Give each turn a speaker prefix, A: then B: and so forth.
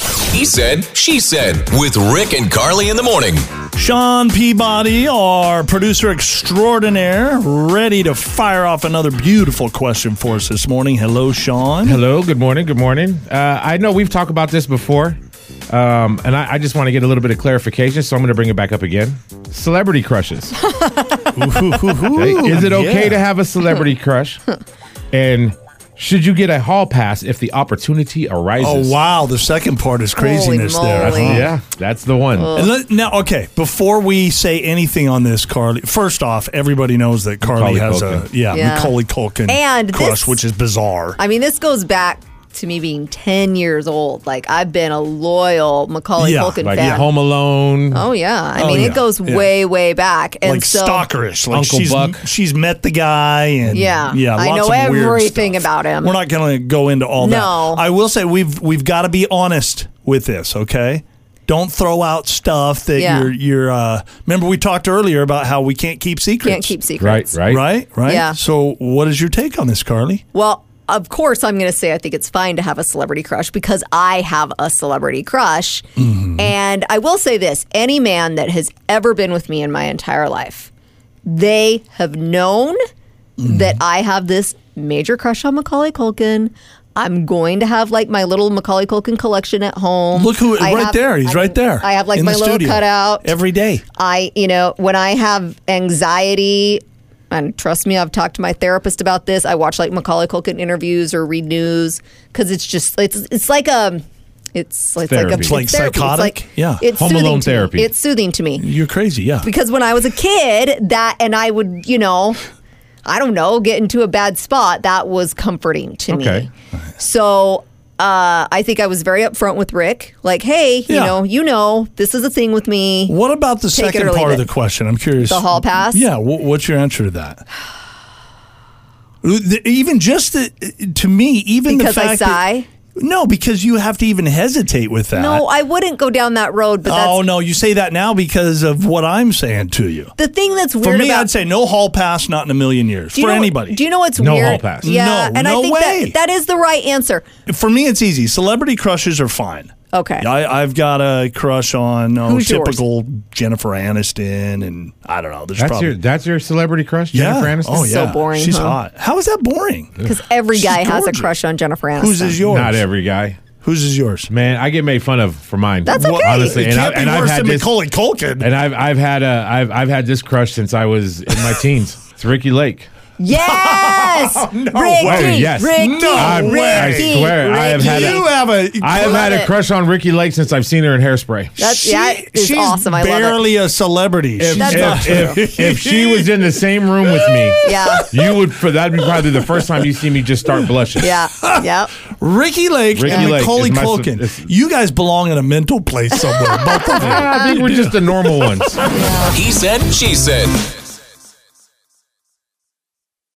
A: He said, she said with Rick and Carly in the morning.
B: Sean Peabody, our producer extraordinaire, ready to fire off another beautiful question for us this morning. Hello, Sean.
C: Hello, good morning, good morning. Uh, I know we've talked about this before, um, and I, I just want to get a little bit of clarification, so I'm going to bring it back up again. Celebrity crushes. Okay, Is it okay to have a celebrity crush? And should you get a hall pass if the opportunity
B: Oh
C: arises?
B: wow, the second part is craziness there. Uh-huh.
C: That's-
B: Huh.
C: yeah, that's the one.
B: And let- now, okay. Before we say anything on this, Carly. First off, everybody knows that Carly
C: Macaulay
B: has
C: Culkin.
B: a yeah,
D: Yeah.
B: Macaulay Culkin
D: And
B: crush,
D: this-
B: which is bizarre.
D: I mean, this goes back to me being 10 years old. Like, I've been a loyal Macaulay
B: Yeah,
D: Culkin
C: Like
D: fan.
C: Home Alone.
D: Oh, yeah. I
B: Oh,
D: mean,
B: yeah,
D: it goes
B: yeah.
D: way, way back. And
B: like
D: so,
B: stalkerish. Like
C: Uncle
B: she's
C: Buck.
B: she's met the guy and
D: Yeah,
B: yeah.
D: I
B: lots
D: know
B: of weird
D: everything
B: stuff.
D: about him.
B: We're not going to go into all
D: No.
B: that. I will say we've we've got to be honest with this. Okay, don't throw out stuff that
D: Yeah.
B: you're you're. Uh, remember we talked earlier about how we can't keep secrets.
D: Can't keep
C: Right,
D: secrets.
C: right.
B: Right, right.
D: Yeah.
B: So, what is your take on this, Carly?
D: Well, of course, I'm going to say I think it's fine to have a celebrity crush because I have a celebrity crush.
B: Mm-hmm.
D: And I will say this any man that has ever been with me in my entire life, they have known
B: Mm-hmm.
D: that I have this major crush on Macaulay Culkin. I'm going to have like my little Macaulay Culkin collection at home.
B: Look who
D: I
B: right
D: have-
B: there. He's
D: I-
B: right there.
D: I have like
B: in
D: my
B: the
D: little
B: studio.
D: cutout.
B: every day.
D: I, you know, when I have anxiety, and trust me, I've talked to my therapist about this. I watch like Macaulay Culkin interviews or read news because it's just it's it's like a it's it's like a
C: Therapy. It's
B: like
D: therapy.
B: psychotic? Yeah.
D: it's
C: Home
D: soothing
C: Alone
D: to me.
C: therapy.
D: It's soothing to me
B: You're crazy, yeah.
D: because when I was a kid, that and I would you know, I don't know, get into a bad spot. That was comforting to
C: Okay.
D: me. So uh, I think I was very upfront with Rick, like, hey, you
B: Yeah.
D: know, you know, this is a thing with me.
B: What about the
D: Take it
B: second
D: or leave
B: part of
D: it.
B: the question? I'm curious.
D: The hall pass?
B: Yeah. wh- what's your answer to that? The- Even just the, to me, even
D: Because
B: the
D: I
B: fact that-
D: sigh?
B: no, because you have to even hesitate with that.
D: No, I wouldn't go down that road. But that's
B: oh no, you say that now because of what I'm saying to you.
D: the thing that's weird
B: For me,
D: about.
B: I'd say no hall pass, not in a million years.
D: do you
B: For
D: know,
B: anybody,
D: Do you know what's
C: No
D: weird?
C: hall pass.
D: Yeah,
B: No,
D: and
B: no
D: I think
B: way.
D: that that is the right answer.
B: For me, it's easy. Celebrity crushes are fine.
D: Okay.
B: I, I've got a crush on oh,
D: Who's yours?
B: typical Jennifer Aniston, and I don't know. There's
C: That's
B: probably
C: your that's your celebrity crush,
B: Yeah.
C: Jennifer Aniston.
B: Oh,
D: It's
B: yeah.
D: so boring,
B: She's
D: huh?
B: hot. How is that boring?
D: Because every
B: She's
D: guy has a
B: gorgeous.
D: crush on Jennifer Aniston.
B: Whose is yours?
C: Not every guy.
B: Whose is yours?
C: Man, I get made fun of for mine. That's
D: okay.
C: Honestly,
B: it
C: and, I,
B: can't be
C: and I've
B: worse
C: had
B: than
C: this,
B: Macaulay Culkin.
C: and I've I've had a I've I've had this crush since I was in my teens. It's Ricky Lake.
D: Yes, Ricky,
C: way. Yes.
D: Ricky,
B: No
C: I,
D: Ricky,
B: way.
C: I swear, I have had
D: Ricky.
B: you
C: a,
B: have a.
C: I have
D: Love
C: had a
D: it.
C: crush on Ricky Lake since I've seen her in Hairspray.
D: That's yeah, it's
B: she's
D: awesome. I love it.
B: barely a celebrity.
C: If,
B: She's
D: That's
B: not-
D: not
C: if, if, if she was in the same room with me,
D: Yeah,
C: you would. For that'd be probably the first time you see me just start blushing.
D: yeah, yeah.
B: Ricky Lake
C: Ricky
B: and
C: Lake
B: Macaulay
C: is my- is-
B: Culkin, you guys belong in a mental place somewhere. both of you.
C: Yeah, I think we're just the normal ones.
A: He said, she said.